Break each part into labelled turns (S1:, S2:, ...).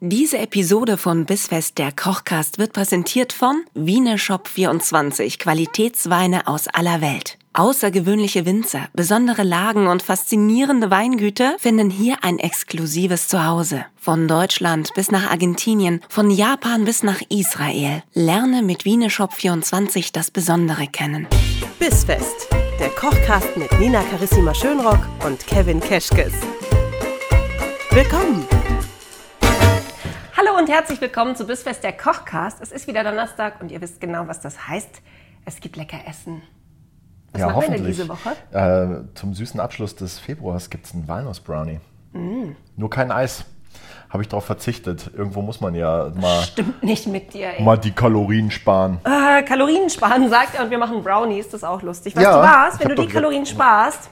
S1: Diese Episode von Bissfest der Kochcast wird präsentiert von Wiener Shop 24, Qualitätsweine aus aller Welt. Außergewöhnliche Winzer, besondere Lagen und faszinierende Weingüter finden hier ein exklusives Zuhause. Von Deutschland bis nach Argentinien, von Japan bis nach Israel. Lerne mit Wiener Shop 24 das Besondere kennen.
S2: Bissfest, der Kochcast mit Nina Carissima Schönrock und Kevin Keschkes. Willkommen!
S3: Hallo und herzlich willkommen zu Bissfest der Kochcast. Es ist wieder Donnerstag und ihr wisst genau, was das heißt. Es gibt lecker Essen. Was
S4: ja,
S3: machen wir denn
S4: hoffentlich.
S3: diese Woche?
S4: Äh, zum süßen Abschluss des Februars gibt es einen Walnuss-Brownie.
S3: Mm.
S4: Nur kein Eis. Habe ich darauf verzichtet. Irgendwo muss man ja mal,
S3: Stimmt nicht mit dir, ey.
S4: mal die Kalorien sparen.
S3: Äh, Kalorien sparen, sagt er, und wir machen Brownies. Das ist auch lustig. Weißt du
S4: Ja,
S3: was? Wenn
S4: ich hab
S3: du die
S4: doch-
S3: Kalorien sparst,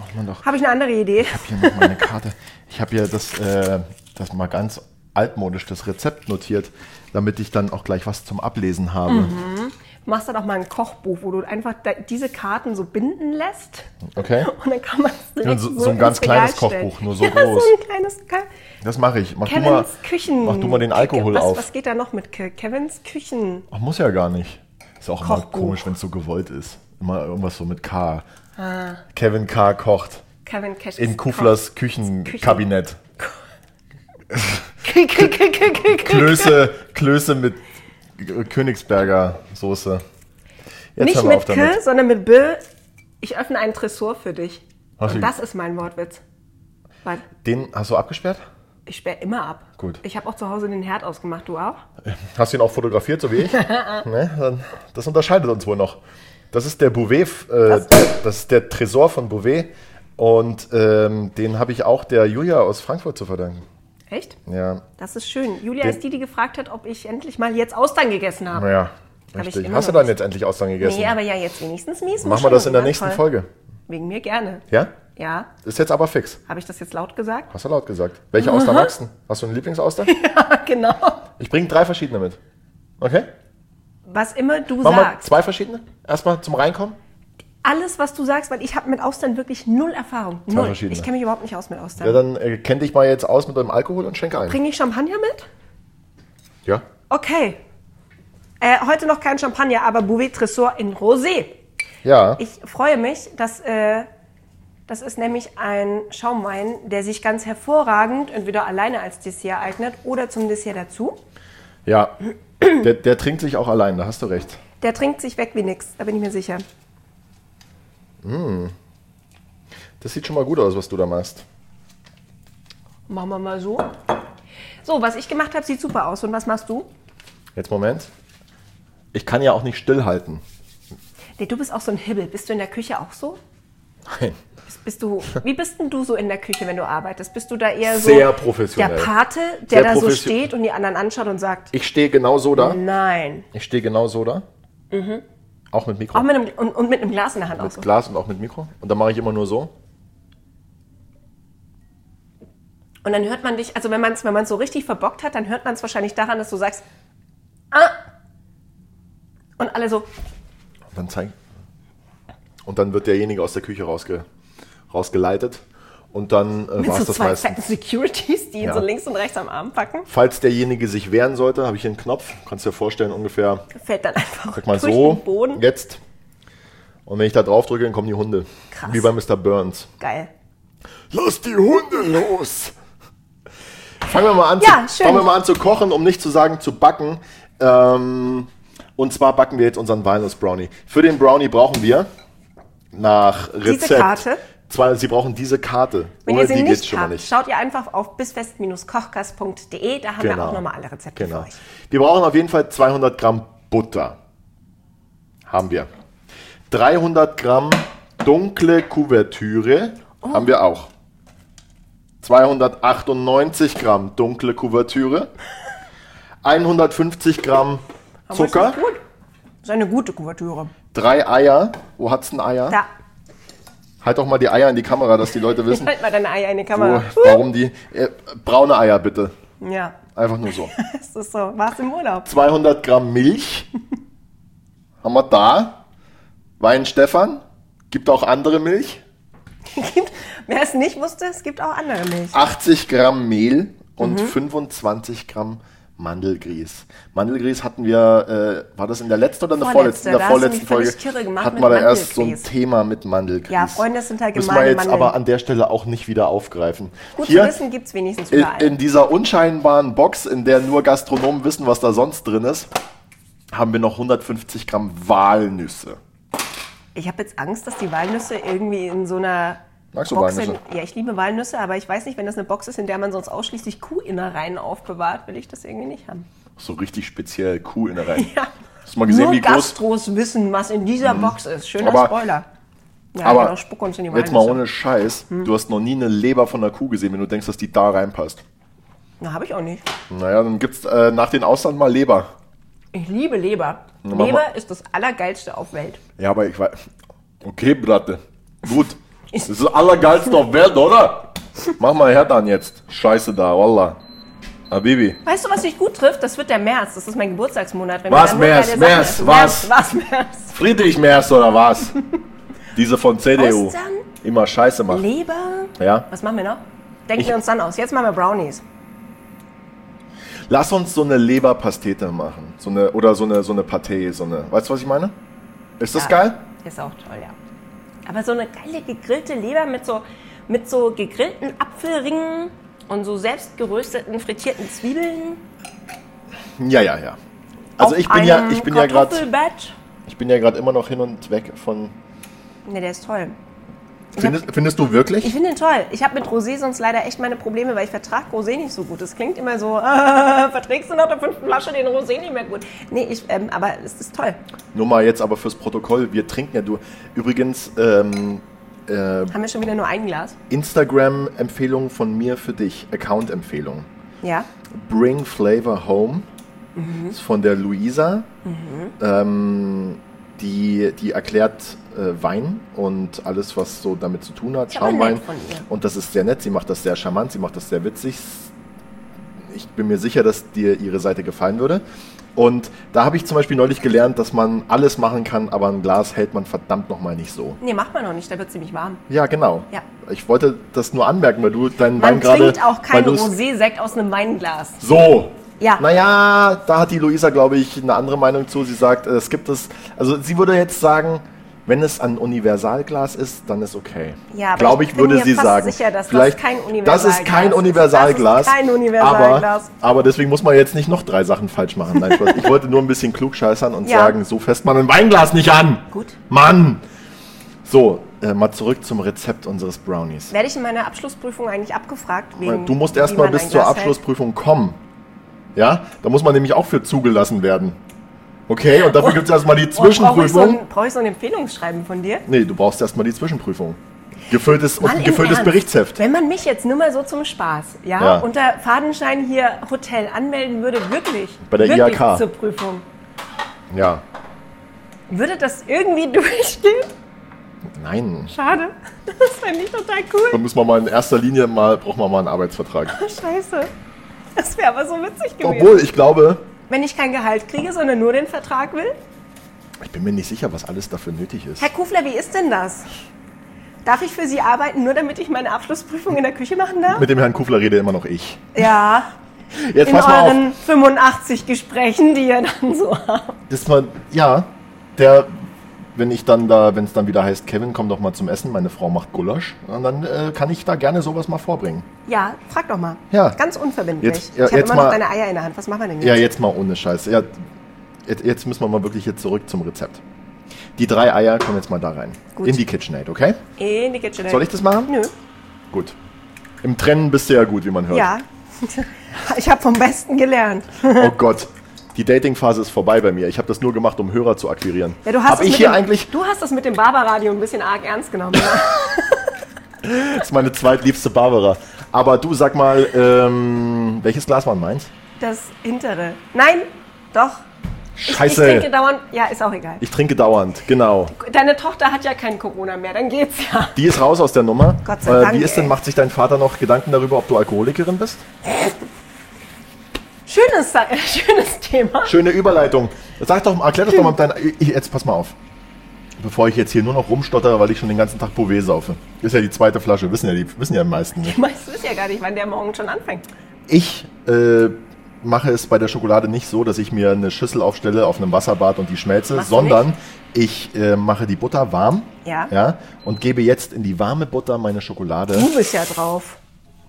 S4: Ach, man doch.
S3: habe ich eine andere Idee.
S4: Ich habe hier noch meine Karte. Ich habe hier das, äh, das mal ganz altmodisch, das Rezept notiert, damit ich dann auch gleich was zum Ablesen habe.
S3: Mhm. Du machst dann auch mal ein Kochbuch, wo du einfach da, diese Karten so binden lässt.
S4: Okay.
S3: Und dann kann man es direkt
S4: Ja, so- so ein
S3: ins
S4: ganz
S3: Regal
S4: kleines Kochbuch, nur so
S3: ja,
S4: groß.
S3: so ein kleines... Ka-
S4: Das mache ich. Mach du,
S3: Kevins
S4: mal,
S3: Küchen...
S4: mach du mal den Alkohol
S3: was,
S4: auf.
S3: Was geht da noch mit Ke- Kevins Küchen?
S4: Ach, muss ja gar nicht. Ist auch immer
S3: Kochbuch.
S4: komisch, wenn es so gewollt ist. Immer irgendwas so mit K. Kevin K. kocht.
S3: Kevin Keschkes
S4: In
S3: Ah.
S4: Kuflers
S3: Koch-
S4: Küchenkabinett.
S3: K- K- K- K- K- K-
S4: Klöße, Klöße mit Königsberger Soße. Jetzt
S3: Nicht
S4: hören wir
S3: mit
S4: auf damit.
S3: K, sondern mit B. Ich öffne einen Tresor für dich.
S4: Hast
S3: Und
S4: du-
S3: das ist mein Wortwitz. Weil
S4: Den hast du abgesperrt?
S3: ich sperre immer ab.
S4: Gut.
S3: Ich habe auch zu Hause den Herd ausgemacht, du auch?
S4: Hast du ihn auch fotografiert, so wie ich? ne? Dann, das unterscheidet uns wohl noch. Das ist der Bouvet, äh, das ist der Tresor von Bouvet. Und ähm, den habe ich auch der Julia aus Frankfurt zu verdanken.
S3: Echt?
S4: Ja,
S3: Das ist schön. Julia
S4: Den-
S3: ist die, die gefragt hat, ob ich endlich mal jetzt Austern gegessen habe. Ah.
S4: naja,
S3: Hab ich
S4: richtig.
S3: immer
S4: Hast du
S3: noch
S4: dann
S3: nicht.
S4: jetzt endlich Austern gegessen?
S3: Nee, aber ja, jetzt wenigstens mies.
S4: Machen wir das in der nächsten
S3: toll.
S4: Folge.
S3: Wegen mir gerne.
S4: Ja?
S3: Ja.
S4: Ist jetzt aber fix.
S3: Habe ich das jetzt laut gesagt?
S4: Hast du laut gesagt. Welche
S3: Mhm.
S4: Auster magst du? Hast du eine Lieblingsaustern?
S3: genau.
S4: Ich bringe drei verschiedene mit. Okay?
S3: Was immer du
S4: Machen wir
S3: sagst.
S4: zwei verschiedene? Erstmal zum Reinkommen.
S3: Alles, was du sagst, weil ich habe mit Austern wirklich null Erfahrung. Null.
S4: verschiedene.
S3: Ich kenne mich überhaupt nicht aus mit Austern.
S4: Ja, dann äh, kenn dich mal jetzt aus mit deinem Alkohol und schenke ein.
S3: Bringe ich Champagner mit?
S4: Ja.
S3: Okay. Äh, heute noch kein Champagner, aber Bouvet Tresor in Rosé.
S4: Ja.
S3: Ich freue mich, dass äh, das ist nämlich ein Schaumwein, der sich ganz hervorragend entweder alleine als Dessert eignet oder zum Dessert dazu.
S4: ja. Der, der trinkt sich auch allein, da hast du recht.
S3: Der trinkt sich weg wie nix, da bin ich mir sicher.
S4: Das sieht schon mal gut aus, was du da machst.
S3: Machen wir mal so. So, was ich gemacht habe, sieht super aus. Und was machst du?
S4: Jetzt Moment. Ich kann ja auch nicht stillhalten.
S3: Nee, du bist auch so ein Hibbel. Bist du in der Küche auch so?
S4: Nein.
S3: Bist, bist du, wie bist denn du so in der Küche, wenn du arbeitest? Bist du da eher so
S4: Sehr professionell.
S3: der Pate, der
S4: Sehr
S3: da so
S4: profession-
S3: steht und die anderen anschaut und sagt,
S4: Ich stehe genau so da.
S3: nein.
S4: Ich stehe genau so da. Auch mit Mikro.
S3: Mhm. Auch mit einem, und, und mit einem Glas in der Hand auch
S4: mit
S3: so.
S4: Glas und auch mit Mikro. Und dann mache ich immer nur so.
S3: Und dann hört man dich, also wenn man es wenn man's so richtig verbockt hat, dann hört man es wahrscheinlich daran, dass du sagst, ah. Und alle so,
S4: Und dann zeigt. Und dann wird derjenige aus der Küche rausge, rausgeleitet. Und dann äh,
S3: mit
S4: war
S3: so
S4: es das
S3: zwei
S4: meistens.
S3: fetten Securities, die ihn
S4: Ja.
S3: so links und rechts am Arm packen,
S4: Falls derjenige sich wehren sollte, habe ich hier einen Knopf. Kannst dir vorstellen, ungefähr,
S3: fällt dann einfach
S4: sag mal
S3: durch
S4: so,
S3: den Boden.
S4: jetzt. Und wenn ich da drauf drücke, dann kommen die Hunde.
S3: Krass.
S4: Wie bei Mr. Burns.
S3: Geil.
S4: Lass die Hunde los! Fangen wir mal an,
S3: Ja,
S4: zu,
S3: schön.
S4: fangen wir mal an zu kochen, um nicht zu sagen zu backen. Ähm, und zwar backen wir jetzt unseren Walnuss Brownie. Für den Brownie brauchen wir nach Rezept.
S3: Karte?
S4: Zwei, Sie brauchen diese Karte.
S3: Wenn
S4: Ohne
S3: ihr sie
S4: die geht's
S3: nicht
S4: schon mal
S3: habt,
S4: nicht.
S3: schaut ihr einfach auf bisfest-kochkast.de, da haben wir
S4: Genau.
S3: auch nochmal alle Rezepte
S4: Genau.
S3: für euch.
S4: Wir brauchen auf jeden Fall 200 Gramm Butter. Haben wir. 300 Gramm dunkle Kuvertüre
S3: Oh.
S4: haben wir auch. 298 Gramm dunkle Kuvertüre. 150 Gramm
S3: Aber
S4: Zucker.
S3: Ist das gut? Ist eine gute Kuvertüre.
S4: Drei Eier. Wo hat's ein Eier?
S3: Da,
S4: Halt doch mal die Eier in die Kamera, dass die Leute wissen,
S3: halt mal deine Eier in die
S4: wo,
S3: Kamera.
S4: warum die. Äh, braune Eier bitte.
S3: Ja,
S4: Einfach nur so.
S3: das ist so. Warst im Urlaub?
S4: 200 Gramm Milch haben wir da. Wein Stefan. Gibt auch andere Milch.
S3: Wer es nicht wusste, es gibt auch andere Milch.
S4: 80 Gramm Mehl. und
S3: Mhm.
S4: 25 Gramm Mandelgrieß. Mandelgrieß hatten wir, äh, war das in der letzten oder in der
S3: Vorletzte,
S4: vorletzten? In
S3: da
S4: der
S3: hast du mich
S4: vorletzten Folge
S3: völlig kirre gemacht
S4: hatten
S3: mit
S4: wir da erst so ein
S3: Mandelgrieß.
S4: Thema mit Mandelgrieß.
S3: Ja, Freunde sind halt
S4: Müssen wir
S3: gemeine
S4: jetzt
S3: Mandeln.
S4: aber an der Stelle auch nicht wieder aufgreifen.
S3: Gut
S4: Hier
S3: zu wissen, gibt es wenigstens
S4: in,
S3: überall.
S4: in dieser unscheinbaren Box, in der nur Gastronomen wissen, was da sonst drin ist, haben wir noch 150 Gramm Walnüsse.
S3: ich habe jetzt Angst, dass die Walnüsse irgendwie in so einer
S4: Magst du
S3: Box
S4: Walnüsse?
S3: Sind. Ja, ich liebe Walnüsse, aber ich weiß nicht, wenn das eine Box ist, in der man sonst ausschließlich Kuhinnereien aufbewahrt, will ich das irgendwie nicht haben.
S4: So richtig speziell Kuhinnereien.
S3: Ja.
S4: Hast du mal gesehen,
S3: Nur
S4: wie groß Mhm.
S3: Gastros wissen, was in dieser Box ist. Schöner
S4: Aber-
S3: Spoiler. Ja,
S4: Aber
S3: genau, spuck uns in die
S4: jetzt mal
S3: Walnüsse. Hm.
S4: ohne Scheiß, du hast noch nie eine Leber von einer Kuh gesehen, wenn du denkst, dass die da reinpasst.
S3: Na, habe ich auch nicht.
S4: Naja, dann gibt's äh, nach den Ausland mal Leber.
S3: Ich liebe Leber.
S4: mach mal.
S3: Leber ist das Allergeilste auf Welt.
S4: Ja, aber ich weiß. Okay, Bratte. Gut. Das ist das allergeilste auf Welt, oder? Mach mal her dann jetzt. Scheiße da, Wallah. Habibi.
S3: Weißt du, was dich gut trifft? Das wird der März. Das ist mein Geburtstagsmonat. Wenn wir dann
S4: Was,
S3: nur
S4: März?
S3: geile Sachen
S4: März,
S3: essen.
S4: was?
S3: März, was, März?
S4: Friedrich Merz oder was? Diese von CDU.
S3: Ostern?
S4: Immer Scheiße machen.
S3: Leber?
S4: Ja.
S3: Was machen wir noch? Denken
S4: Ich-
S3: wir uns dann aus. Jetzt machen wir Brownies.
S4: Lass uns so eine Leberpastete machen. So eine, oder so eine, so eine Pâté. So eine, weißt du, was ich meine? Ist das
S3: Ja.
S4: geil?
S3: Ist auch toll, ja. Aber so eine geile gegrillte Leber mit so, mit so gegrillten Apfelringen und so selbst gerösteten, frittierten Zwiebeln.
S4: Ja, ja, ja. Also
S3: auf
S4: ich bin ja,
S3: einem
S4: ich bin ja gerade,
S3: Kartoffelbett.
S4: ich bin ja gerade immer noch hin und weg von.
S3: Ne, der ist toll.
S4: Findest, findest du wirklich?
S3: Ich finde ihn toll. Ich habe mit Rosé sonst leider echt meine Probleme, weil ich vertrage Rosé nicht so gut. Das klingt immer so, äh, verträgst du nach der fünften Flasche den Rosé nicht mehr gut. Nee, ich, ähm, aber es ist toll.
S4: Nur mal jetzt aber fürs Protokoll, wir trinken ja du. Übrigens, ähm,
S3: Haben wir schon wieder nur ein Glas?
S4: Instagram-Empfehlung von mir für dich, Account-Empfehlung.
S3: Ja.
S4: Bring Flavor Home
S3: Mhm.
S4: ist von der Luisa. Ähm, die, die erklärt äh, Wein und alles, was so damit zu tun hat,
S3: Ist aber
S4: Schaumwein.
S3: nett von ihr.
S4: Und das ist sehr nett, sie macht das sehr charmant, sie macht das sehr witzig. Ich bin mir sicher, dass dir ihre Seite gefallen würde. Und da habe ich zum Beispiel neulich gelernt, dass man alles machen kann, aber ein Glas hält man verdammt nochmal nicht so.
S3: Nee, macht man noch nicht, da wird ziemlich warm.
S4: Ja, genau.
S3: Ja.
S4: Ich wollte das nur anmerken, weil du deinen Wein
S3: Man
S4: gerade.
S3: trinkt auch
S4: weil
S3: keinen
S4: du's-
S3: Rosé-Sekt aus einem Weinglas.
S4: So.
S3: Ja.
S4: Naja, da hat die Luisa, glaube ich, eine andere Meinung zu. Sie sagt, es gibt es. Also, sie würde jetzt sagen, wenn es ein Universalglas ist, dann ist okay.
S3: Ja, aber
S4: glaube
S3: ich
S4: ich,
S3: bin
S4: würde
S3: mir
S4: sie
S3: fast
S4: sagen.
S3: sicher, dass das
S4: Vielleicht,
S3: kein
S4: Das ist kein
S3: Universalglas ist.
S4: Universalglas.
S3: Das ist kein Universalglas.
S4: Aber, aber deswegen muss man jetzt nicht noch drei Sachen falsch machen. Nein, Spaß. ich wollte nur ein bisschen klugscheißern und
S3: Ja.
S4: sagen, so fässt man ein Weinglas nicht an.
S3: Gut.
S4: Mann. So, äh, mal zurück zum Rezept unseres Brownies.
S3: Werde ich in meiner Abschlussprüfung eigentlich abgefragt? Wegen,
S4: Du musst
S3: wie
S4: erstmal
S3: man
S4: bis
S3: ein
S4: zur
S3: Glas hält?
S4: Abschlussprüfung kommen. Ja, da muss man nämlich auch für zugelassen werden. Okay, und dafür gibt es erstmal die
S3: Oh, brauche ich, so
S4: Zwischenprüfung.
S3: ein- brauche ich so ein Empfehlungsschreiben von dir?
S4: Nee, du brauchst erstmal die Zwischenprüfung. Gefülltes, und
S3: Mann,
S4: ein
S3: im
S4: gefülltes
S3: Ernst.
S4: Berichtsheft.
S3: Wenn man mich jetzt nur mal so zum Spaß, ja,
S4: Ja.
S3: unter Fadenschein hier Hotel anmelden würde, wirklich,
S4: Bei der
S3: wirklich
S4: IHK.
S3: zur Prüfung,
S4: Ja.
S3: würde das irgendwie durchgehen?
S4: Nein.
S3: Schade. Das fände ich total cool.
S4: Da muss man mal in erster Linie mal, braucht man mal einen Arbeitsvertrag.
S3: Scheiße. Das wäre aber so witzig gewesen.
S4: Obwohl, ich glaube,
S3: Wenn ich kein Gehalt kriege, sondern nur den Vertrag will?
S4: ich bin mir nicht sicher, was alles dafür nötig ist.
S3: Herr Kufler, wie ist denn das? Darf ich für Sie arbeiten, nur damit ich meine Abschlussprüfung in der Küche machen darf?
S4: Mit dem Herrn Kufler rede immer noch ich.
S3: Ja,
S4: Jetzt
S3: in
S4: pass mal auf.
S3: euren 85 Gesprächen, die ihr dann so habt.
S4: Das war, ja, der, wenn ich dann da, wenn es dann wieder heißt, Kevin, komm doch mal zum Essen, meine Frau macht Gulasch, und dann äh, kann ich da gerne sowas mal vorbringen.
S3: Ja, frag doch mal.
S4: Ja.
S3: Ganz unverbindlich.
S4: Jetzt- ja,
S3: ich habe
S4: jetzt
S3: immer noch
S4: mal-
S3: deine Eier in der Hand. Was machen wir denn jetzt?
S4: Ja, jetzt mal ohne Scheiß. Ja, jetzt, jetzt müssen wir mal wirklich jetzt zurück zum Rezept. Die drei Eier kommen jetzt mal da rein.
S3: Gut.
S4: In die KitchenAid, okay?
S3: In die Kitchen.
S4: Soll ich das machen?
S3: Nö.
S4: Gut. Im Trennen bist du ja gut, wie man hört.
S3: Ja. Ich habe vom Besten gelernt.
S4: Oh Gott. Die Dating-Phase ist vorbei bei mir. Ich habe das nur gemacht, um Hörer zu akquirieren.
S3: Ja, du hast
S4: Hab
S3: das
S4: ich
S3: mit
S4: hier
S3: dem,
S4: eigentlich,
S3: Du hast das mit dem Barbaradio ein bisschen arg ernst genommen. ne? Ja?
S4: das ist meine zweitliebste Barbara. Aber du, sag mal, ähm, welches Glas war denn meins?
S3: Das hintere. Nein, doch. Ich
S4: Scheiße.
S3: trinke dauernd. Ja, ist auch egal.
S4: Ich trinke dauernd, genau.
S3: Deine Tochter hat ja kein Corona mehr, dann geht's ja.
S4: Die ist raus aus der Nummer. Äh,
S3: Gott sei Dank,
S4: wie ist denn,
S3: ey.
S4: macht sich dein Vater noch Gedanken darüber, ob du Alkoholikerin bist?
S3: Schönes, Sa- äh, schönes Thema.
S4: Schöne Überleitung. Sag doch, mal, erklär das doch mal mit deiner. Ich, jetzt pass mal auf. Bevor ich jetzt hier nur noch rumstottere, weil ich schon den ganzen Tag Bouvet saufe. Ist ja die zweite Flasche, wissen ja die, wissen ja die meisten ne? nicht.
S3: Meistens ist ja gar nicht, wann der morgen schon anfängt.
S4: Ich äh, mache es bei der Schokolade nicht so, dass ich mir eine Schüssel aufstelle auf einem Wasserbad und die schmelze,
S3: Machst du
S4: sondern ich äh, mache die Butter warm
S3: Ja.
S4: Ja, und gebe jetzt in die warme Butter meine Schokolade
S3: Du bist ja drauf.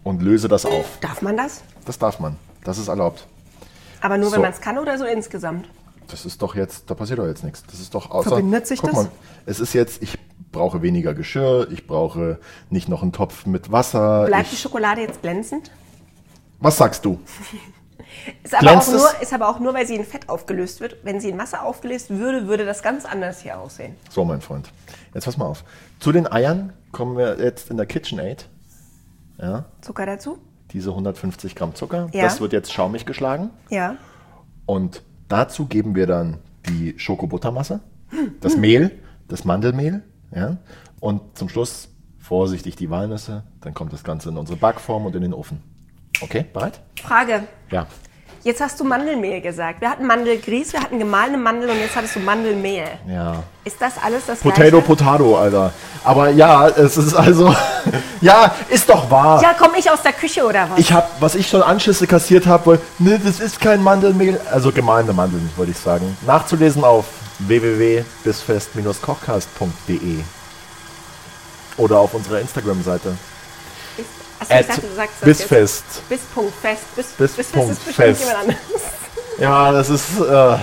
S4: und löse das auf.
S3: Darf man das?
S4: Das darf man. Das ist erlaubt.
S3: Aber nur, wenn
S4: So.
S3: man es kann oder so insgesamt?
S4: Das ist doch jetzt, da passiert doch jetzt nichts. Das ist doch außer.
S3: Verbindet sich das?
S4: es ist jetzt, ich brauche weniger Geschirr, ich brauche nicht noch einen Topf mit Wasser.
S3: Bleibt die
S4: ich,
S3: Schokolade jetzt glänzend?
S4: was sagst du?
S3: Ist aber, auch
S4: Glänzt es?
S3: nur, ist aber auch nur, weil sie in Fett aufgelöst wird. Wenn sie in Masse aufgelöst würde, würde das ganz anders hier aussehen.
S4: So, mein Freund. Jetzt pass mal auf. Zu den Eiern kommen wir jetzt in der KitchenAid.
S3: Zucker dazu?
S4: Diese 150 Gramm Zucker.
S3: Ja.
S4: Das wird jetzt schaumig geschlagen.
S3: Ja.
S4: Und dazu geben wir dann die Schokobuttermasse, das Mehl, das Mandelmehl. Ja? Und zum Schluss vorsichtig die Walnüsse. Dann kommt das Ganze in unsere Backform und in den Ofen. Okay, bereit?
S3: Frage.
S4: Ja.
S3: Jetzt hast du Mandelmehl gesagt. Wir hatten Mandelgrieß, wir hatten gemahlene Mandeln und jetzt hattest du Mandelmehl.
S4: Ja.
S3: Ist das alles das
S4: Potato,
S3: Gleiche?
S4: Potato, Alter. Aber ja, es ist also. ja, ist doch wahr.
S3: Ja, komm ich aus der Küche oder was?
S4: Ich habe, was ich schon Anschüsse kassiert habe, weil, ne, das ist kein Mandelmehl, also gemahlene Mandeln, wollte ich sagen. Nachzulesen auf www.bisfest-kochcast.de oder auf unserer Instagram-Seite.
S3: Bis- Achso, ich dachte, du sagst das jetzt.
S4: Bisfest.
S3: Bis Punkt fest. Bis,
S4: Bis
S3: bis, bis
S4: Punkt
S3: ist bestimmt
S4: fest.
S3: jemand anderes.
S4: Ja, das ist. Äh,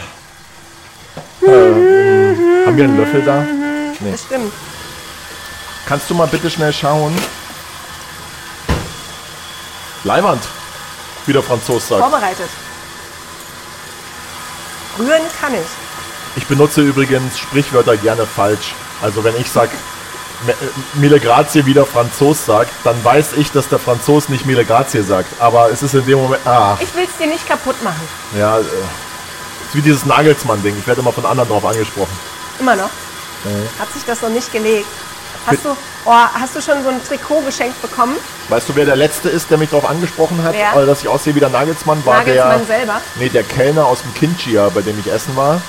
S4: äh, mm. haben wir einen Löffel da?
S3: Das stimmt.
S4: Kannst du mal bitte schnell schauen? Leiwand, wie der Franzos sagt.
S3: Vorbereitet. Rühren kann ich.
S4: Ich benutze übrigens Sprichwörter gerne falsch. Also wenn ich sag Me- äh, Mille Grazie wie der Franzos sagt, dann weiß ich, dass der Franzos nicht Mille Grazie sagt. Aber es ist in dem Moment. Ah,
S3: Ich will es dir nicht kaputt machen.
S4: ja. äh, Es ist wie dieses Nagelsmann-Ding. Ich werde immer von anderen drauf angesprochen.
S3: Immer noch. Hat sich das noch nicht gelegt. Hast du, oh, hast du schon so ein Trikot geschenkt bekommen?
S4: Weißt du, wer der Letzte ist, der mich drauf angesprochen hat,
S3: Wer?
S4: äh, dass ich aussehe wie der Nagelsmann? War
S3: Nagelsmann
S4: der,
S3: selber?
S4: Nee, der Kellner aus dem Kinchia, bei dem ich essen war.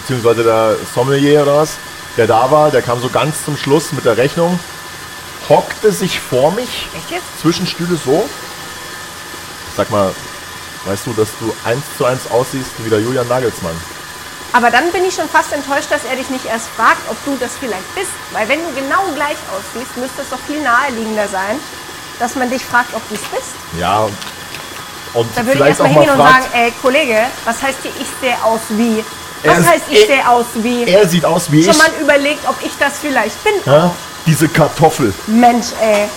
S4: Beziehungsweise der Sommelier oder was, der da war. Der kam so ganz zum Schluss mit der Rechnung. Hockte sich vor mich.
S3: Echt jetzt?
S4: Zwischenstühle so. Sag mal, weißt du, dass du eins zu eins aussiehst wie der Julian Nagelsmann?
S3: Aber dann bin ich schon fast enttäuscht, dass er dich nicht erst fragt, ob du das vielleicht bist. Weil wenn du genau gleich aussiehst, müsste es doch viel naheliegender sein, dass man dich fragt, ob du es bist.
S4: Ja. Und
S3: Da würde ich
S4: vielleicht
S3: erstmal
S4: auch mal
S3: hingehen und sagen,
S4: fragt,
S3: ey Kollege, was heißt hier, ich sehe aus wie?
S4: Er
S3: Was
S4: ist-
S3: heißt, ich
S4: er-
S3: sehe aus wie?
S4: er sieht aus wie ich.
S3: Schon mal überlegt, ob ich das vielleicht bin?
S4: Ja? Diese Kartoffel.
S3: Mensch, ey.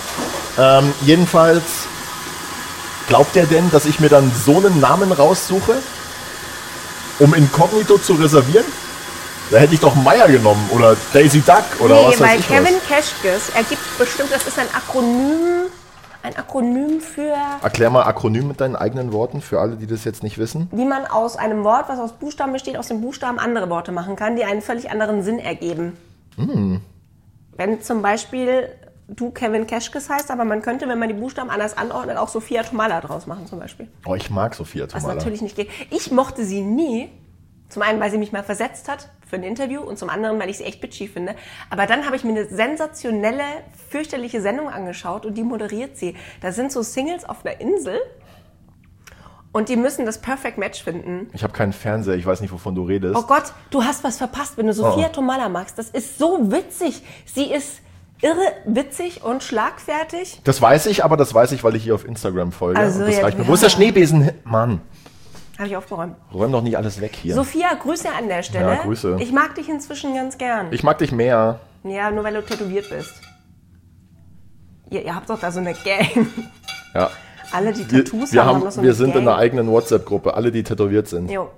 S4: Ähm, jedenfalls, glaubt er denn, dass ich mir dann so einen Namen raussuche, um inkognito zu reservieren? Da hätte ich doch Meier genommen oder Daisy Duck oder
S3: nee,
S4: was weiß
S3: weil
S4: ich
S3: Kevin
S4: was.
S3: Keschkes ergibt bestimmt, das ist ein Akronym, ein Akronym für,
S4: Erklär mal Akronym mit deinen eigenen Worten für alle, die das jetzt nicht wissen.
S3: wie man aus einem Wort, was aus Buchstaben besteht, aus dem Buchstaben andere Worte machen kann, die einen völlig anderen Sinn ergeben.
S4: Hm.
S3: Wenn zum Beispiel du Kevin Keschkes heißt, aber man könnte, wenn man die Buchstaben anders anordnet, auch Sophia Tomala draus machen zum Beispiel.
S4: Oh, ich mag Sophia
S3: Was
S4: Tomala.
S3: natürlich nicht geht. Ich mochte sie nie. Zum einen, weil sie mich mal versetzt hat für ein Interview und zum anderen, weil ich sie echt bitchy finde. Aber dann habe ich mir eine sensationelle, fürchterliche Sendung angeschaut und die moderiert sie. Da sind so Singles auf einer Insel und die müssen das Perfect Match finden.
S4: Ich habe keinen Fernseher, ich weiß nicht, wovon du redest.
S3: Oh Gott, du hast was verpasst, wenn du Sophia
S4: Oh.
S3: Tomala magst. Das ist so witzig. Sie ist irre witzig und schlagfertig.
S4: Das weiß ich, aber das weiß ich, weil ich hier auf Instagram folge.
S3: Also
S4: und das
S3: jetzt-
S4: reicht mir. Wo ist der
S3: ja.
S4: Schneebesen? hin? Mann,
S3: Habe ich aufgeräumt.
S4: räum doch nicht alles weg hier.
S3: Sophia, Grüße an der Stelle.
S4: Ja, Grüße.
S3: Ich mag dich inzwischen ganz gern.
S4: ich mag dich mehr.
S3: Ja, nur weil du tätowiert bist. Ihr, ihr habt doch da so eine Gang.
S4: Ja.
S3: Alle, die
S4: Wir,
S3: Tattoos
S4: wir,
S3: haben,
S4: haben,
S3: doch so eine
S4: wir sind in
S3: Gang.
S4: einer eigenen WhatsApp-Gruppe, alle, die tätowiert sind.
S3: Jo,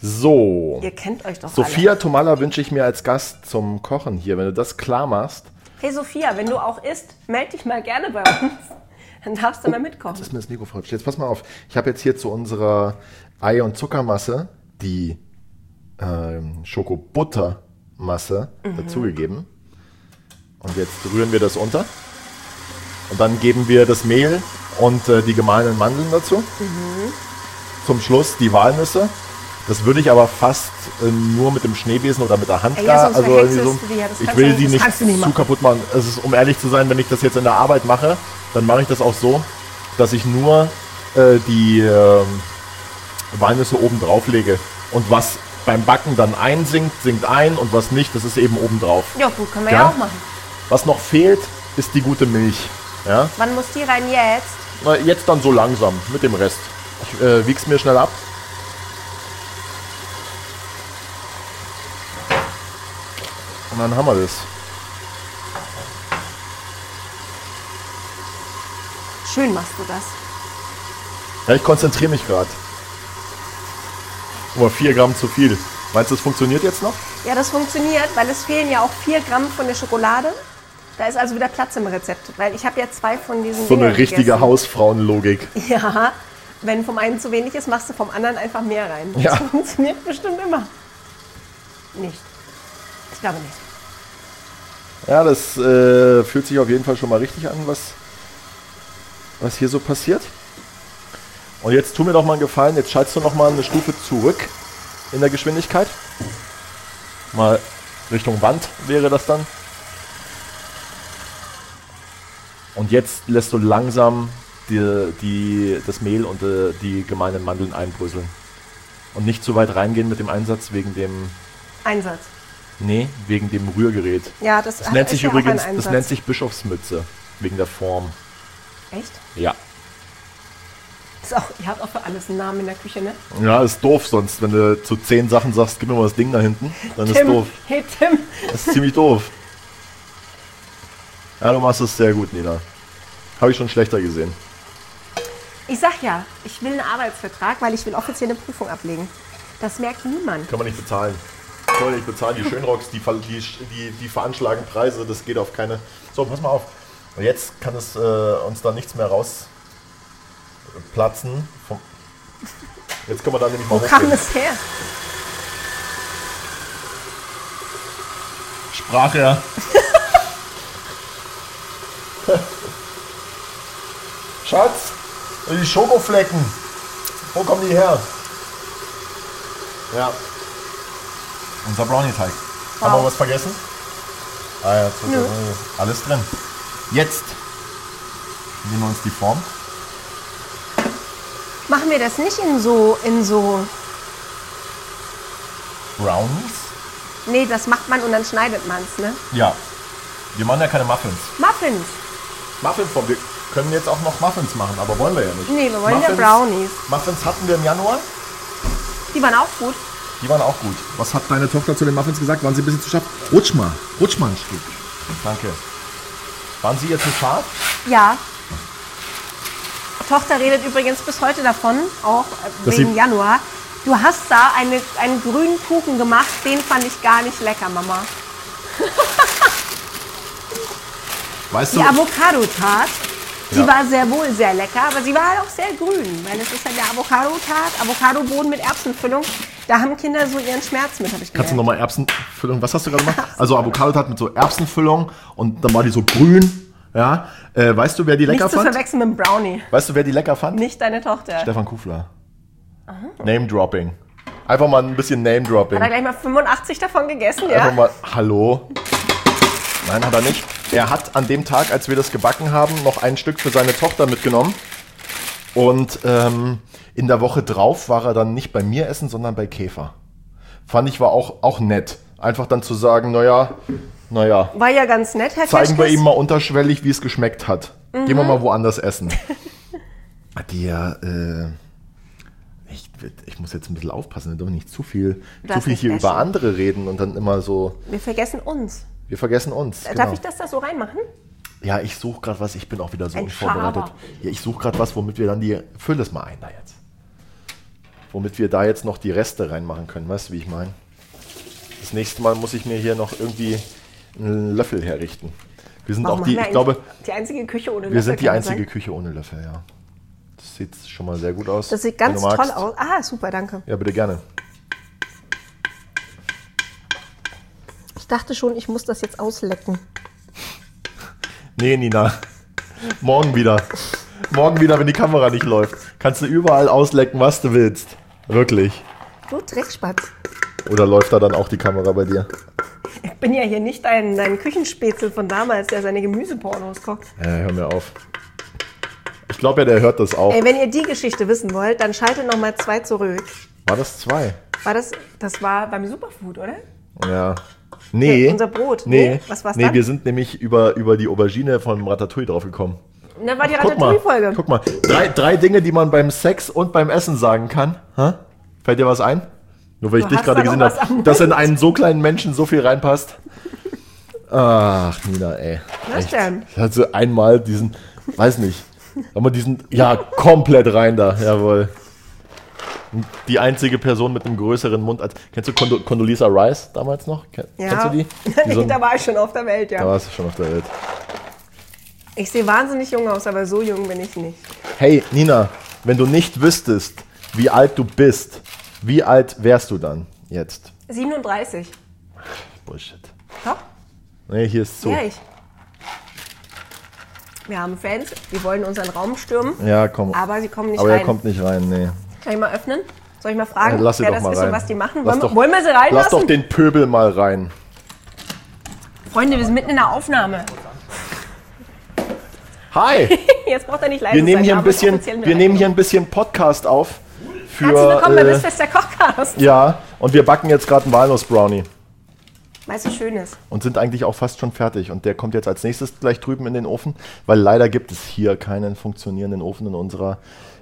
S4: So.
S3: ihr kennt euch doch
S4: Sophia Tomala wünsche ich mir als Gast zum Kochen hier. Wenn du das klar machst,
S3: alle. Hey Sophia, wenn du auch isst, meld dich mal gerne bei uns. Dann darfst du mal mitkommen.
S4: ist mir das Mikro verrutscht. Jetzt pass mal auf. Ich habe jetzt hier zu unserer Ei- und Zuckermasse die ähm, Schokobuttermasse dazugegeben. Und jetzt rühren wir das unter. Und dann geben wir das Mehl und äh, die gemahlenen Mandeln dazu.
S3: Mhm.
S4: Zum Schluss die Walnüsse. Das würde ich aber fast äh, nur mit dem Schneebesen oder mit der Hand
S3: Ey, ja,
S4: da.
S3: sonst
S4: Also
S3: verhexest
S4: irgendwie so,
S3: du die ja. Das
S4: ich
S3: kannst du
S4: will
S3: nicht-
S4: die
S3: das
S4: nicht,
S3: kannst du nicht
S4: zu
S3: machen.
S4: kaputt machen. Es ist, um ehrlich zu sein, wenn ich das jetzt in der Arbeit mache, dann mache ich das auch so. dass ich nur äh, die ähm, Walnüsse oben drauf lege. Und was beim Backen dann einsinkt, sinkt ein und was nicht, das ist eben oben drauf.
S3: Ja, gut, können wir
S4: Ja.
S3: ja auch machen.
S4: Was noch fehlt, ist die gute Milch. Ja?
S3: Wann muss die rein jetzt?
S4: Na, jetzt dann so langsam mit dem Rest. Ich äh, wieg's mir schnell ab. Und dann haben wir das.
S3: Schön machst du das.
S4: Ja, ich konzentriere mich gerade. Guck mal, 4 Gramm zu viel. Meinst du, das funktioniert jetzt noch?
S3: Ja, das funktioniert, weil es fehlen ja auch 4 Gramm von der Schokolade. Da ist also wieder Platz im Rezept, weil ich habe ja zwei von diesen
S4: So eine
S3: Dingern
S4: richtige
S3: gegessen.
S4: Hausfrauenlogik.
S3: Ja, wenn vom einen zu wenig ist, machst du vom anderen einfach mehr rein.
S4: Ja.
S3: Das funktioniert bestimmt immer. Nicht. Ich glaube nicht.
S4: Ja, das äh, fühlt sich auf jeden Fall schon mal richtig an, was, was hier so passiert. Und jetzt tu mir doch mal einen Gefallen, jetzt schaltest du noch mal eine Stufe zurück in der Geschwindigkeit. Mal Richtung Wand wäre das dann. Und jetzt lässt du langsam die, die, das Mehl und äh, die gemeinen Mandeln einbröseln. Und nicht zu weit reingehen mit dem Einsatz wegen dem,
S3: Einsatz.
S4: nee, wegen dem Rührgerät.
S3: Ja, das,
S4: Das nennt
S3: ist
S4: sich
S3: ja auch
S4: übrigens,
S3: ein
S4: das
S3: Einsatz.
S4: nennt sich Bischofsmütze. Wegen der Form.
S3: Echt?
S4: Ja.
S3: Ist auch, ihr habt auch für alles einen Namen in der Küche, ne?
S4: Ja, ist doof sonst, wenn du zu zehn Sachen sagst, gib mir mal das Ding da hinten, dann ist doof.
S3: Hey, Tim.
S4: Das ist ziemlich doof. Ja, du machst es sehr gut, Nina. Habe ich schon schlechter gesehen.
S3: Ich sag ja, ich will einen Arbeitsvertrag, weil ich will offiziell eine Prüfung ablegen. Das merkt niemand.
S4: Kann man nicht bezahlen. Kann man nicht bezahlen. Die Schönrocks, die, ver- die, die, die veranschlagen Preise, das geht auf keine. So, pass mal auf. Jetzt kann es äh, uns da nichts mehr rausplatzen. Vom Jetzt können wir da nämlich mal
S3: Wo kam
S4: hochgehen.
S3: es her?
S4: Sprach er. Schatz, die Schokoflecken. Wo kommen die her? Ja. Unser Brownie-Teig. Haben wir was vergessen? Ah ja, jetzt wird das- alles drin. Jetzt nehmen wir uns die Form.
S3: Machen wir das nicht in so, in so.
S4: Brownies?
S3: Nee, das macht man und dann schneidet man es, ne?
S4: Ja. Wir machen ja keine Muffins.
S3: Muffins.
S4: Muffinform. Wir können jetzt auch noch Muffins machen, aber wollen wir ja nicht.
S3: Nee, wir wollen ja Brownies.
S4: Muffins hatten wir im Januar.
S3: Die waren auch gut.
S4: Die waren auch gut. Was hat deine Tochter zu den Muffins gesagt? Waren sie ein bisschen zu scharf? Rutsch mal, rutsch mal ein Stück. Danke. Waren sie ihr zu scharf?
S3: Ja. Tochter redet übrigens bis heute davon, auch äh,
S4: Dass
S3: wegen
S4: sie-
S3: Januar. Du hast da eine, einen grünen Kuchen gemacht, den fand ich gar nicht lecker, Mama.
S4: Weißt
S3: Die
S4: du,
S3: Avocado-Tart, die
S4: Ja.
S3: war sehr wohl sehr lecker, aber sie war halt auch sehr grün, weil es ist halt der Avocado-Tart, Avocado-Boden mit Erbsenfüllung. Da haben Kinder so ihren Schmerz mit, habe ich
S4: kannst
S3: gemerkt.
S4: du nochmal Erbsenfüllung, was hast du gerade gemacht? Also Avocado-Tat mit so Erbsenfüllung und dann war die so grün. Ja, äh, weißt du, wer die lecker
S3: Nicht zu
S4: fand?
S3: verwechseln mit dem Brownie.
S4: Weißt du, wer die lecker fand?
S3: Nicht deine Tochter. Hat
S4: Stefan Kufler. Name-Dropping. Einfach mal ein bisschen Name-Dropping.
S3: er gleich mal 85 davon gegessen, ja?
S4: Einfach mal, hallo? Nein, hat er nicht. Er hat an dem Tag, als wir das gebacken haben, noch ein Stück für seine Tochter mitgenommen. Und ähm, in der Woche drauf war er dann nicht bei mir essen, sondern bei Käfer. Fand ich war auch, auch nett. Einfach dann zu sagen, naja, naja,
S3: War ja ganz nett, Herr
S4: zeigen wir
S3: Keschkes.
S4: ihm mal unterschwellig, wie es geschmeckt hat. Gehen
S3: Mhm.
S4: wir mal woanders essen. Hat Die ja, äh, ich, ich muss jetzt ein bisschen aufpassen, dass wir nicht zu viel, zu
S3: darfst
S4: viel
S3: nicht
S4: hier
S3: bashen.
S4: über andere reden und dann immer so,
S3: Wir vergessen uns.
S4: wir vergessen uns. genau.
S3: Darf ich das da so reinmachen?
S4: Ja, ich suche gerade was. Ich bin auch wieder so
S3: Ein
S4: unvorbereitet.
S3: Schaber.
S4: Ja, ich suche gerade was, womit wir dann die. Füll das mal ein da jetzt. Womit wir da jetzt noch die Reste reinmachen können. Weißt du, wie ich meine? Das nächste Mal muss ich mir hier noch irgendwie einen Löffel herrichten. Wir sind auch
S3: machen
S4: die,
S3: wir
S4: ich
S3: eigentlich
S4: glaube,
S3: die einzige Küche ohne Löffel.
S4: wir sind die
S3: kann das sein?
S4: einzige Küche ohne Löffel, ja. Das sieht schon mal sehr gut aus.
S3: Das sieht
S4: wenn
S3: ganz
S4: du
S3: toll
S4: magst.
S3: aus. Ah, super, danke.
S4: Ja, bitte gerne.
S3: Ich dachte schon, ich muss das jetzt auslecken.
S4: Nee, Nina. Morgen wieder. Morgen wieder, wenn die Kamera nicht läuft. Kannst du überall auslecken, was du willst. Wirklich.
S3: Du Dreckspatz.
S4: Oder läuft da dann auch die Kamera bei dir?
S3: Ich bin ja hier nicht dein, dein Küchenspätzel von damals, der seine Gemüsepornos kocht.
S4: Ja, hör mir auf. Ich glaube ja, der hört das auch.
S3: Ey, wenn ihr die Geschichte wissen wollt, dann schaltet nochmal zwei zurück.
S4: War das zwei?
S3: War das, das war beim Superfood, oder?
S4: Ja. Nee.
S3: Ja, unser Brot.
S4: Nee.
S3: Nee, was war's
S4: Nee,
S3: dann?
S4: wir sind nämlich über, über die Aubergine von Ratatouille draufgekommen.
S3: Na, war die
S4: Guck mal,
S3: Ratatouille-Folge.
S4: guck mal. Drei, drei Dinge, die man beim Sex und beim Essen sagen kann. Hä? Fällt dir was ein? Nur weil ich
S3: Du
S4: dich
S3: hast
S4: gerade
S3: da noch was
S4: gesehen
S3: am
S4: habe, dass in einen so kleinen Menschen so viel reinpasst. Ach, Nina, ey.
S3: Was
S4: Echt.
S3: denn?
S4: Also einmal diesen, weiß nicht, aber diesen, ja, komplett rein da, jawohl. Die einzige Person mit einem größeren Mund als. Kennst du Condo Condoleezza Rice damals noch? Ken, Kennst du die? die so
S3: nee,
S4: ein,
S3: da war ich schon auf der Welt,
S4: da
S3: ja.
S4: warst du schon auf der Welt.
S3: Ich sehe wahnsinnig jung aus, aber so jung bin ich nicht.
S4: Hey, Nina, wenn du nicht wüsstest, wie alt du bist, wie alt wärst du dann jetzt?
S3: 37.
S4: Bullshit.
S3: Doch,
S4: Nee, hier ist zu.
S3: ja, ich. Wir haben Fans, die wollen unseren Raum stürmen.
S4: Ja, komm.
S3: Aber sie kommen nicht
S4: Aber er
S3: rein.
S4: kommt nicht rein, nee.
S3: Kann ich mal öffnen? Soll ich mal fragen,
S4: Lass sie
S3: wer
S4: doch
S3: das
S4: mal
S3: ist
S4: rein.
S3: und was die machen?
S4: Lass
S3: Wollen,
S4: doch-
S3: wir- wollen wir sie reinlassen?
S4: Lass doch den Pöbel mal rein.
S3: Freunde, wir sind mitten in der Aufnahme.
S4: Hi!
S3: Jetzt braucht er nicht leise
S4: Wir nehmen
S3: sein,
S4: hier ein
S3: aber es ist
S4: bisschen,
S3: offiziell mit
S4: wir nehmen hier
S3: reingenommen.
S4: ein bisschen Podcast auf. Für,
S3: Herzlich willkommen bei
S4: äh,
S3: Bisfest der Kochcast.
S4: Ja, und wir backen jetzt gerade einen Walnuss-Brownie
S3: Weißt du, schön ist.
S4: und sind eigentlich auch fast schon fertig. Und der kommt jetzt als nächstes gleich drüben in den Ofen, weil leider gibt es hier keinen funktionierenden Ofen in unserer,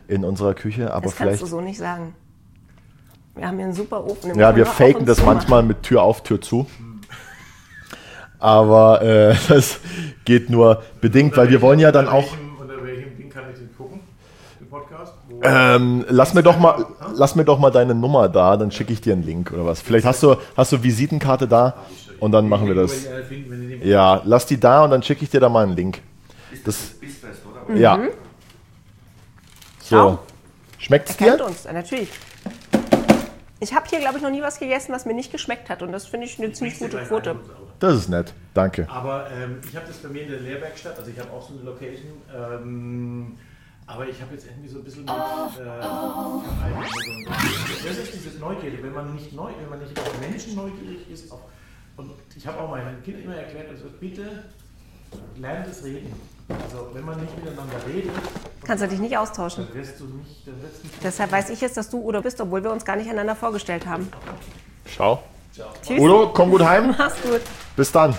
S4: in unserer Küche. Aber
S3: Das kannst
S4: vielleicht.
S3: du so nicht sagen. Wir haben hier einen super Ofen. den
S4: Ja,
S3: muss
S4: wir
S3: man auch ab
S4: faken
S3: und
S4: das
S3: zu
S4: manchmal mit Tür auf, Tür zu. Aber äh, das geht nur bedingt, weil wir wollen ja dann auch.
S5: Unter welchem Ding kann ich den gucken? Den Podcast? Wo
S4: Ähm, lass mir doch mal, lass mir doch mal deine Nummer da, dann schicke ich dir einen Link oder was. Vielleicht hast du, hast du Visitenkarte da und dann machen wir das.
S5: alle finden, wenn ihr den
S4: Ja, lass die da und dann schicke ich dir da mal einen Link. Das,
S6: Bissfest, oder?
S4: ja. So. Schmeckt's
S3: machen. Kennt
S4: dir?
S3: uns, ja, natürlich. Ich habe hier, glaube ich, noch nie was gegessen, was mir nicht geschmeckt hat. Und das finde ich eine ziemlich gute Quote.
S4: Das ist nett. Danke.
S5: Aber ähm, ich habe das bei mir in der Lehrwerkstatt, also ich habe auch so eine Location. Ähm, aber ich habe jetzt irgendwie so ein bisschen mit. Äh, ich hab eigentlich so ein- das ist dieses Neugierige, wenn man nicht neu, wenn man nicht auf Menschen neugierig ist. Auf, und ich habe auch meinen Kindern immer erklärt, also bitte lernt das Reden. Also wenn man nicht miteinander redet,
S3: Kannst du dich nicht austauschen.
S5: dann wirst du nicht, dann wirst du nicht.
S3: Deshalb weiß ich jetzt, dass du Udo bist, obwohl wir uns gar nicht einander vorgestellt haben.
S4: Schau.
S3: Tschüss.
S4: Udo, komm gut heim.
S3: Mach's gut.
S4: Bis dann.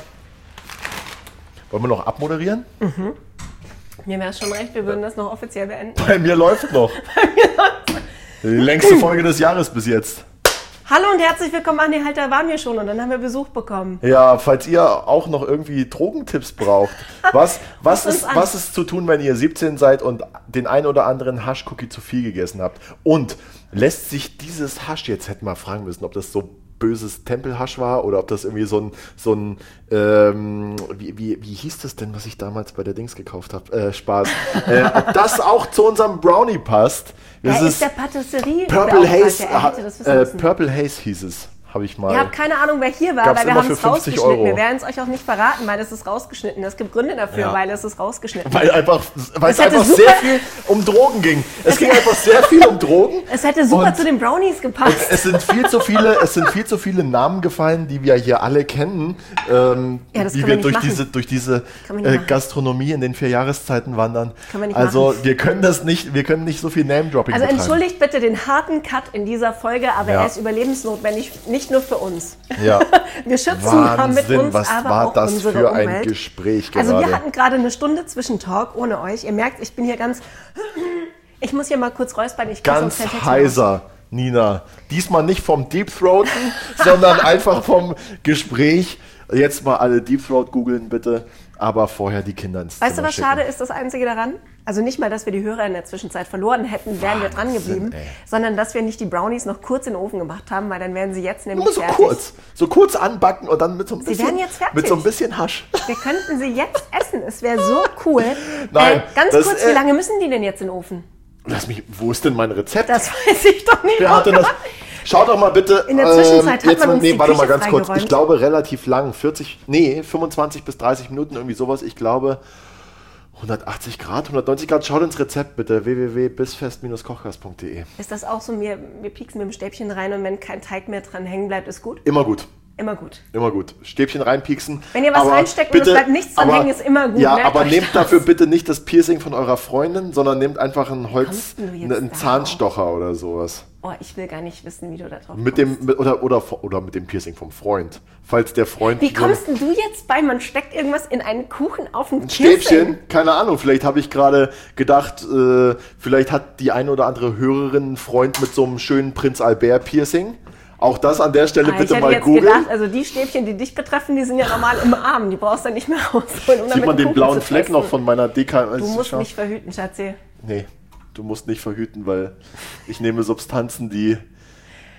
S4: Wollen wir noch abmoderieren?
S3: Mir wäre schon recht, wir würden das noch offiziell beenden.
S4: Bei mir läuft noch. Längste Folge des Jahres bis jetzt.
S3: Hallo und herzlich willkommen an die Halter waren wir schon und dann haben wir Besuch bekommen.
S4: Ja, falls ihr auch noch irgendwie Drogentipps braucht, was, was,
S3: Ruft uns
S4: ist,
S3: an.
S4: was ist zu tun, wenn ihr 17 seid und den ein oder anderen Haschcookie zu viel gegessen habt? Und lässt sich dieses Hasch, jetzt hätten wir fragen müssen, ob das so böses Tempelhasch war oder ob das irgendwie so ein, so ein ähm, wie, wie, wie hieß das denn, was ich damals bei der Dings gekauft habe? Äh, Spaß. äh, ob das auch zu unserem Brownie passt?
S3: Er
S4: Das
S3: ist, der Patisserie.
S4: Purple Haze.
S3: Er hätte das wissen
S4: äh,
S3: müssen.
S4: Purple Haze hieß es, habe ich mal.
S3: Ihr habt keine Ahnung, wer hier war,
S4: Gab's
S3: weil wir
S4: immer
S3: haben
S4: für
S3: es
S4: 50
S3: rausgeschnitten.
S4: Euro.
S3: Wir werden es euch auch nicht verraten, weil es ist rausgeschnitten. Es gibt Gründe dafür,
S4: Ja.
S3: weil es ist rausgeschnitten.
S4: Weil einfach, weil es
S3: hätte
S4: einfach
S3: super-
S4: sehr viel um Drogen ging. Es ging einfach sehr viel um Drogen.
S3: Es hätte super
S4: Und-
S3: zu den Brownies gepasst.
S4: Es sind viel zu viele, es sind viel zu viele Namen gefallen, die wir hier alle kennen, ähm,
S3: Ja, das
S4: wie
S3: können
S4: wir
S3: wir nicht
S4: durch
S3: machen.
S4: diese, durch diese
S3: Können wir nicht
S4: äh,
S3: machen.
S4: Gastronomie in den vier Jahreszeiten wandern.
S3: Können wir nicht
S4: also
S3: machen.
S4: wir können das nicht, wir können nicht so viel Name-Dropping
S3: Also
S4: betreiben.
S3: entschuldigt bitte den harten Cut in dieser Folge, aber
S4: Ja.
S3: er ist überlebensnotwendig, nicht nur für uns.
S4: Ja.
S3: Wir schützen damit
S4: Wahnsinn,
S3: uns,
S4: was
S3: aber
S4: war
S3: auch
S4: das
S3: unsere
S4: für
S3: Umwelt.
S4: ein Gespräch
S3: Also
S4: gerade.
S3: wir hatten gerade eine Stunde Zwischentalk ohne euch. Ihr merkt, ich bin hier ganz... Ich muss hier mal kurz räuspern. Ich krieg sonst keinen
S4: Ganz
S3: Text mehr raus.
S4: heiser, Nina. Diesmal nicht vom Deep Throaten, sondern einfach vom Gespräch. Jetzt mal alle Deep Throat googeln, bitte. Aber vorher die Kinder ins
S3: Weißt du,
S4: Zimmer
S3: was
S4: schicken.
S3: schade ist, das Einzige daran? Also nicht mal, dass wir die Hörer in der Zwischenzeit verloren hätten, wären wir dran geblieben,
S4: ey.
S3: sondern dass wir nicht die Brownies noch kurz in den Ofen gemacht haben, weil dann wären sie jetzt nämlich
S4: Nur so
S3: fertig.
S4: kurz. So kurz anbacken und dann mit so ein bisschen,
S3: werden jetzt fertig.
S4: Mit so ein bisschen Hasch.
S3: Wir könnten sie jetzt essen, es wäre so cool. Äh,
S4: Nein,
S3: ganz
S4: das,
S3: kurz,
S4: äh,
S3: wie lange müssen die denn jetzt in den Ofen?
S4: Lass mich, wo ist denn mein Rezept?
S3: Das weiß ich doch nicht.
S4: Wer hat denn das? Schaut doch mal bitte.
S3: In
S4: ähm,
S3: der Zwischenzeit hat
S4: jetzt
S3: man
S4: mal,
S3: uns
S4: nee,
S3: die
S4: warte mal
S3: Küche
S4: ganz kurz. Ich
S3: freigeräumt.
S4: glaube relativ lang, 40, nee, 25 bis 30 Minuten irgendwie sowas. Ich glaube 180 Grad, 190 Grad. Schaut ins Rezept bitte www.bisfest-kochkast.de.
S3: Ist das auch so, wir, wir pieksen mit dem Stäbchen rein und wenn kein Teig mehr dran hängen bleibt, ist gut?
S4: Immer gut.
S3: Immer gut.
S4: Immer gut. Stäbchen reinpieksen.
S3: Wenn ihr was
S4: aber
S3: reinsteckt und es
S4: bitte-
S3: bleibt nichts dran hängen, ist immer gut,
S4: Ja,
S3: merkt
S4: aber
S3: euch
S4: nehmt
S3: das.
S4: dafür bitte nicht das Piercing von eurer Freundin, sondern nehmt einfach ein Holz,
S3: kommst du jetzt
S4: ne- einen
S3: darauf?
S4: Zahnstocher oder sowas.
S3: Oh, ich will gar nicht wissen, wie du da drauf
S4: Mit
S3: kommst.
S4: dem, mit, oder, oder, vo- oder mit dem Piercing vom Freund. Falls der Freund.
S3: Wie kommst denn du jetzt bei, man steckt irgendwas in einen Kuchen auf den
S4: ein Stäbchen? Keine Ahnung, vielleicht habe ich gerade gedacht, äh, vielleicht hat die eine oder andere Hörerin einen Freund mit so einem schönen Prinz Albert Piercing. Auch das an der Stelle
S3: Ah, ich
S4: bitte
S3: hätte
S4: mal
S3: jetzt
S4: googeln.
S3: gedacht, also die Stäbchen, die dich betreffen, die sind ja normal im Arm. Die brauchst du ja nicht mehr rausholen, um
S4: Sieht
S3: damit
S4: man den
S3: Kuchen
S4: blauen
S3: zu
S4: Fleck
S3: fressen.
S4: noch von meiner Deka?
S3: Du musst mich verhüten, Schatzi.
S4: Nee, du musst nicht verhüten, weil ich nehme Substanzen, die.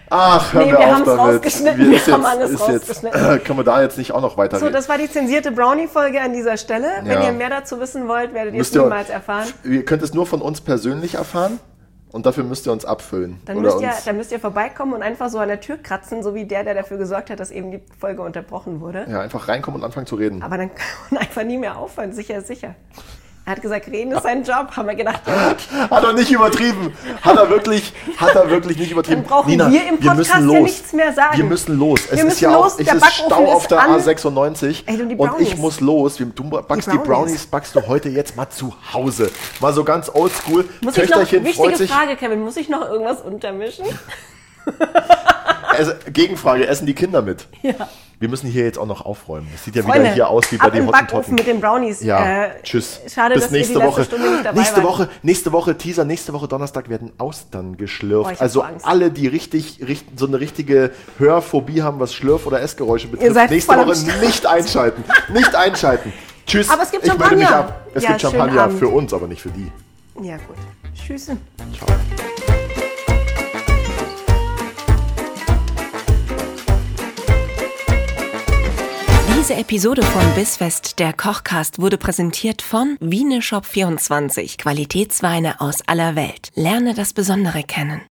S4: Ach, hör
S3: Nee, wir
S4: mir auf
S3: haben's
S4: damit.
S3: rausgeschnitten,
S4: Wir-
S3: wir
S4: ist
S3: haben
S4: jetzt-
S3: alles
S4: ist jetzt-
S3: rausgeschnitten.
S4: können wir da jetzt nicht auch noch weiter
S3: So, das war die zensierte Brownie-Folge an dieser Stelle. Wenn
S4: Ja.
S3: ihr mehr dazu wissen wollt, werdet ihr es
S4: Müsst ihr-
S3: niemals erfahren.
S4: Ihr könnt es nur von uns persönlich erfahren und dafür müsst ihr uns abfüllen.
S3: Dann
S4: oder
S3: müsst, ihr,
S4: uns.
S3: dann müsst ihr vorbeikommen und einfach so an der Tür kratzen, so wie der, der dafür gesorgt hat, dass eben die Folge unterbrochen wurde.
S4: ja, einfach reinkommen und anfangen zu reden.
S3: Aber dann kann man einfach nie mehr aufhören, sicher ist sicher. Er hat gesagt, reden ist sein Job. Haben wir gedacht, ja, gut.
S4: Hat er nicht übertrieben. Hat er wirklich, hat er wirklich nicht übertrieben.
S3: Dann brauchen wir im Podcast ja nichts mehr sagen.
S4: Wir müssen los. Es
S3: Wir
S4: ist
S3: müssen
S4: ja
S3: los,
S4: auch, es
S3: der
S4: ist
S3: Backofen
S4: Stau
S3: ist
S4: auf der
S3: an.
S4: A96
S3: Ey, du, die
S4: und
S3: Brownies.
S4: ich muss los. Wir, du backst die
S3: Die
S4: Brownies.
S3: Brownies
S4: backst du heute jetzt mal zu Hause. Mal so ganz oldschool.
S3: Muss ich noch,
S4: Töchterchen freut
S3: wichtige
S4: sich.
S3: Frage, Kevin, muss ich noch irgendwas untermischen?
S4: Also, Gegenfrage, essen die Kinder mit? Wir müssen hier jetzt auch noch aufräumen. Das sieht ja wieder
S3: Freunde,
S4: hier aus wie bei
S3: ab
S4: den
S3: im Backofen
S4: Hottentotten.
S3: mit den Brownies.
S4: Ja,
S3: Äh,
S4: tschüss.
S3: Schade,
S4: Bis
S3: dass
S4: nächste
S3: wir die letzte
S4: Woche.
S3: Stunde nicht dabei
S4: nächste
S3: waren.
S4: Woche, nächste Woche Teaser, nächste Woche Donnerstag werden Austern geschlürft.
S3: Oh, ich hab
S4: also
S3: so Angst.
S4: alle, die richtig, richt- so eine richtige Hörphobie haben, was Schlürf- oder Essgeräusche betrifft,
S3: seid
S4: nächste
S3: voll am
S4: Woche
S3: Start.
S4: nicht einschalten. Nicht einschalten. Tschüss.
S3: Aber es gibt
S4: ich melde mich
S3: Champagner.
S4: ab. Es
S3: Ja,
S4: gibt
S3: schönen
S4: Champagner
S3: Abend.
S4: für uns, aber nicht für die.
S3: Ja, gut. Tschüss.
S1: Diese Episode von Bissfest, der Kochcast, wurde präsentiert von Wieneshop24, Qualitätsweine aus aller Welt. Lerne das Besondere kennen.